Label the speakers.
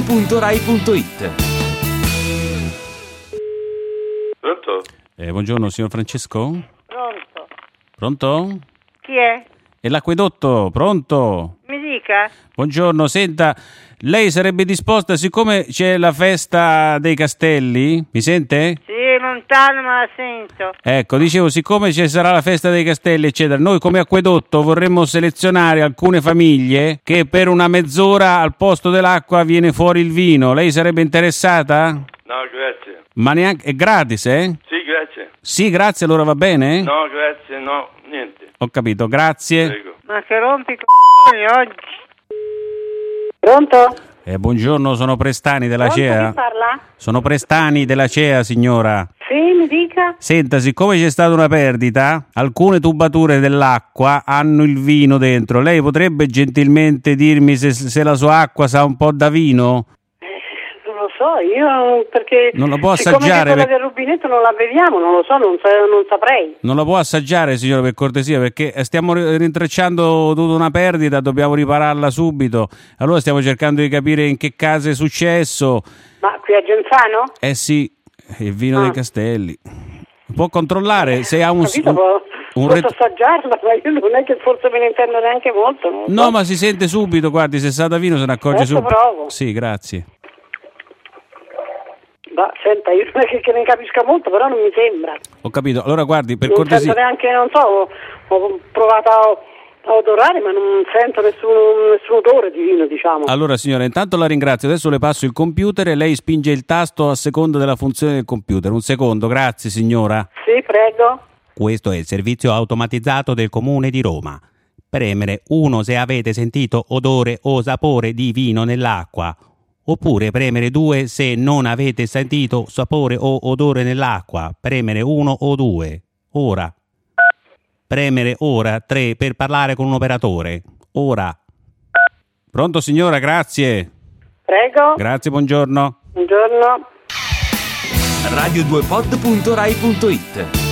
Speaker 1: radio2pod.rai.it
Speaker 2: Pronto?
Speaker 3: Eh, buongiorno, signor Francesco.
Speaker 4: Pronto?
Speaker 3: Pronto?
Speaker 4: Chi è?
Speaker 3: È l'acquedotto, pronto?
Speaker 4: Mi dica?
Speaker 3: Buongiorno, senta, lei sarebbe disposta, siccome c'è la festa dei castelli, mi sente?
Speaker 4: Sì, è lontano ma la sento.
Speaker 3: Ecco, dicevo, siccome ci sarà la festa dei castelli, eccetera, noi come acquedotto vorremmo selezionare alcune famiglie che per una mezz'ora al posto dell'acqua viene fuori il vino. Lei sarebbe interessata?
Speaker 2: No, grazie.
Speaker 3: Ma neanche... è gratis, eh?
Speaker 2: Sì, grazie.
Speaker 3: Sì, grazie, allora va bene?
Speaker 2: No, grazie, no, niente.
Speaker 3: Ho capito, grazie.
Speaker 2: Prego.
Speaker 4: Ma che rompi i c***oni oggi? Pronto?
Speaker 3: Eh, buongiorno, sono Prestani della CEA.
Speaker 4: parla?
Speaker 3: Sono Prestani della CEA, signora.
Speaker 4: Sì, mi dica.
Speaker 3: Senta, siccome c'è stata una perdita, alcune tubature dell'acqua hanno il vino dentro. Lei potrebbe gentilmente dirmi se, se la sua acqua sa un po' da vino?
Speaker 4: Non lo so, io perché...
Speaker 3: Non la può
Speaker 4: siccome che
Speaker 3: assaggiare,
Speaker 4: quella
Speaker 3: per-
Speaker 4: del rubinetto non la beviamo, non lo so, non, sa- non saprei.
Speaker 3: Non la può assaggiare, signora, per cortesia, perché stiamo ri- rintracciando tutta una perdita, dobbiamo ripararla subito. Allora stiamo cercando di capire in che casa è successo.
Speaker 4: Ma qui a Genzano?
Speaker 3: Eh sì, il vino dei castelli. Può controllare se ha un...
Speaker 4: Ah. Capito?
Speaker 3: un-
Speaker 4: po-
Speaker 3: un
Speaker 4: posso
Speaker 3: ret-
Speaker 4: assaggiarla, ma io non è che forse me ne intendo neanche molto. non lo so.
Speaker 3: No, ma si sente subito, guardi, se sa da vino se ne accorge
Speaker 4: Adesso
Speaker 3: subito.
Speaker 4: provo.
Speaker 3: Sì, grazie.
Speaker 4: Ma senta, io non è che, che ne capisca molto, però non mi sembra.
Speaker 3: Ho capito. Allora, guardi, per
Speaker 4: non
Speaker 3: cortesia.
Speaker 4: sento neanche, non so, ho, ho provato a, a odorare, ma non sento nessun, nessun odore di vino, diciamo.
Speaker 3: Allora, signora, intanto la ringrazio. Adesso le passo il computer e lei spinge il tasto a seconda della funzione del computer. Un secondo, grazie, signora.
Speaker 4: Sì, prego.
Speaker 3: Questo è il servizio automatizzato del Comune di Roma. Premere 1 se avete sentito odore o sapore di vino nell'acqua, oppure premere 2 se non avete sentito sapore o odore nell'acqua, premere 1 o 2. Ora. Premere ora 3 per parlare con un operatore. Ora. Pronto signora, grazie.
Speaker 4: Prego.
Speaker 3: Grazie, buongiorno.
Speaker 4: Buongiorno.
Speaker 1: radio2pod.rai.it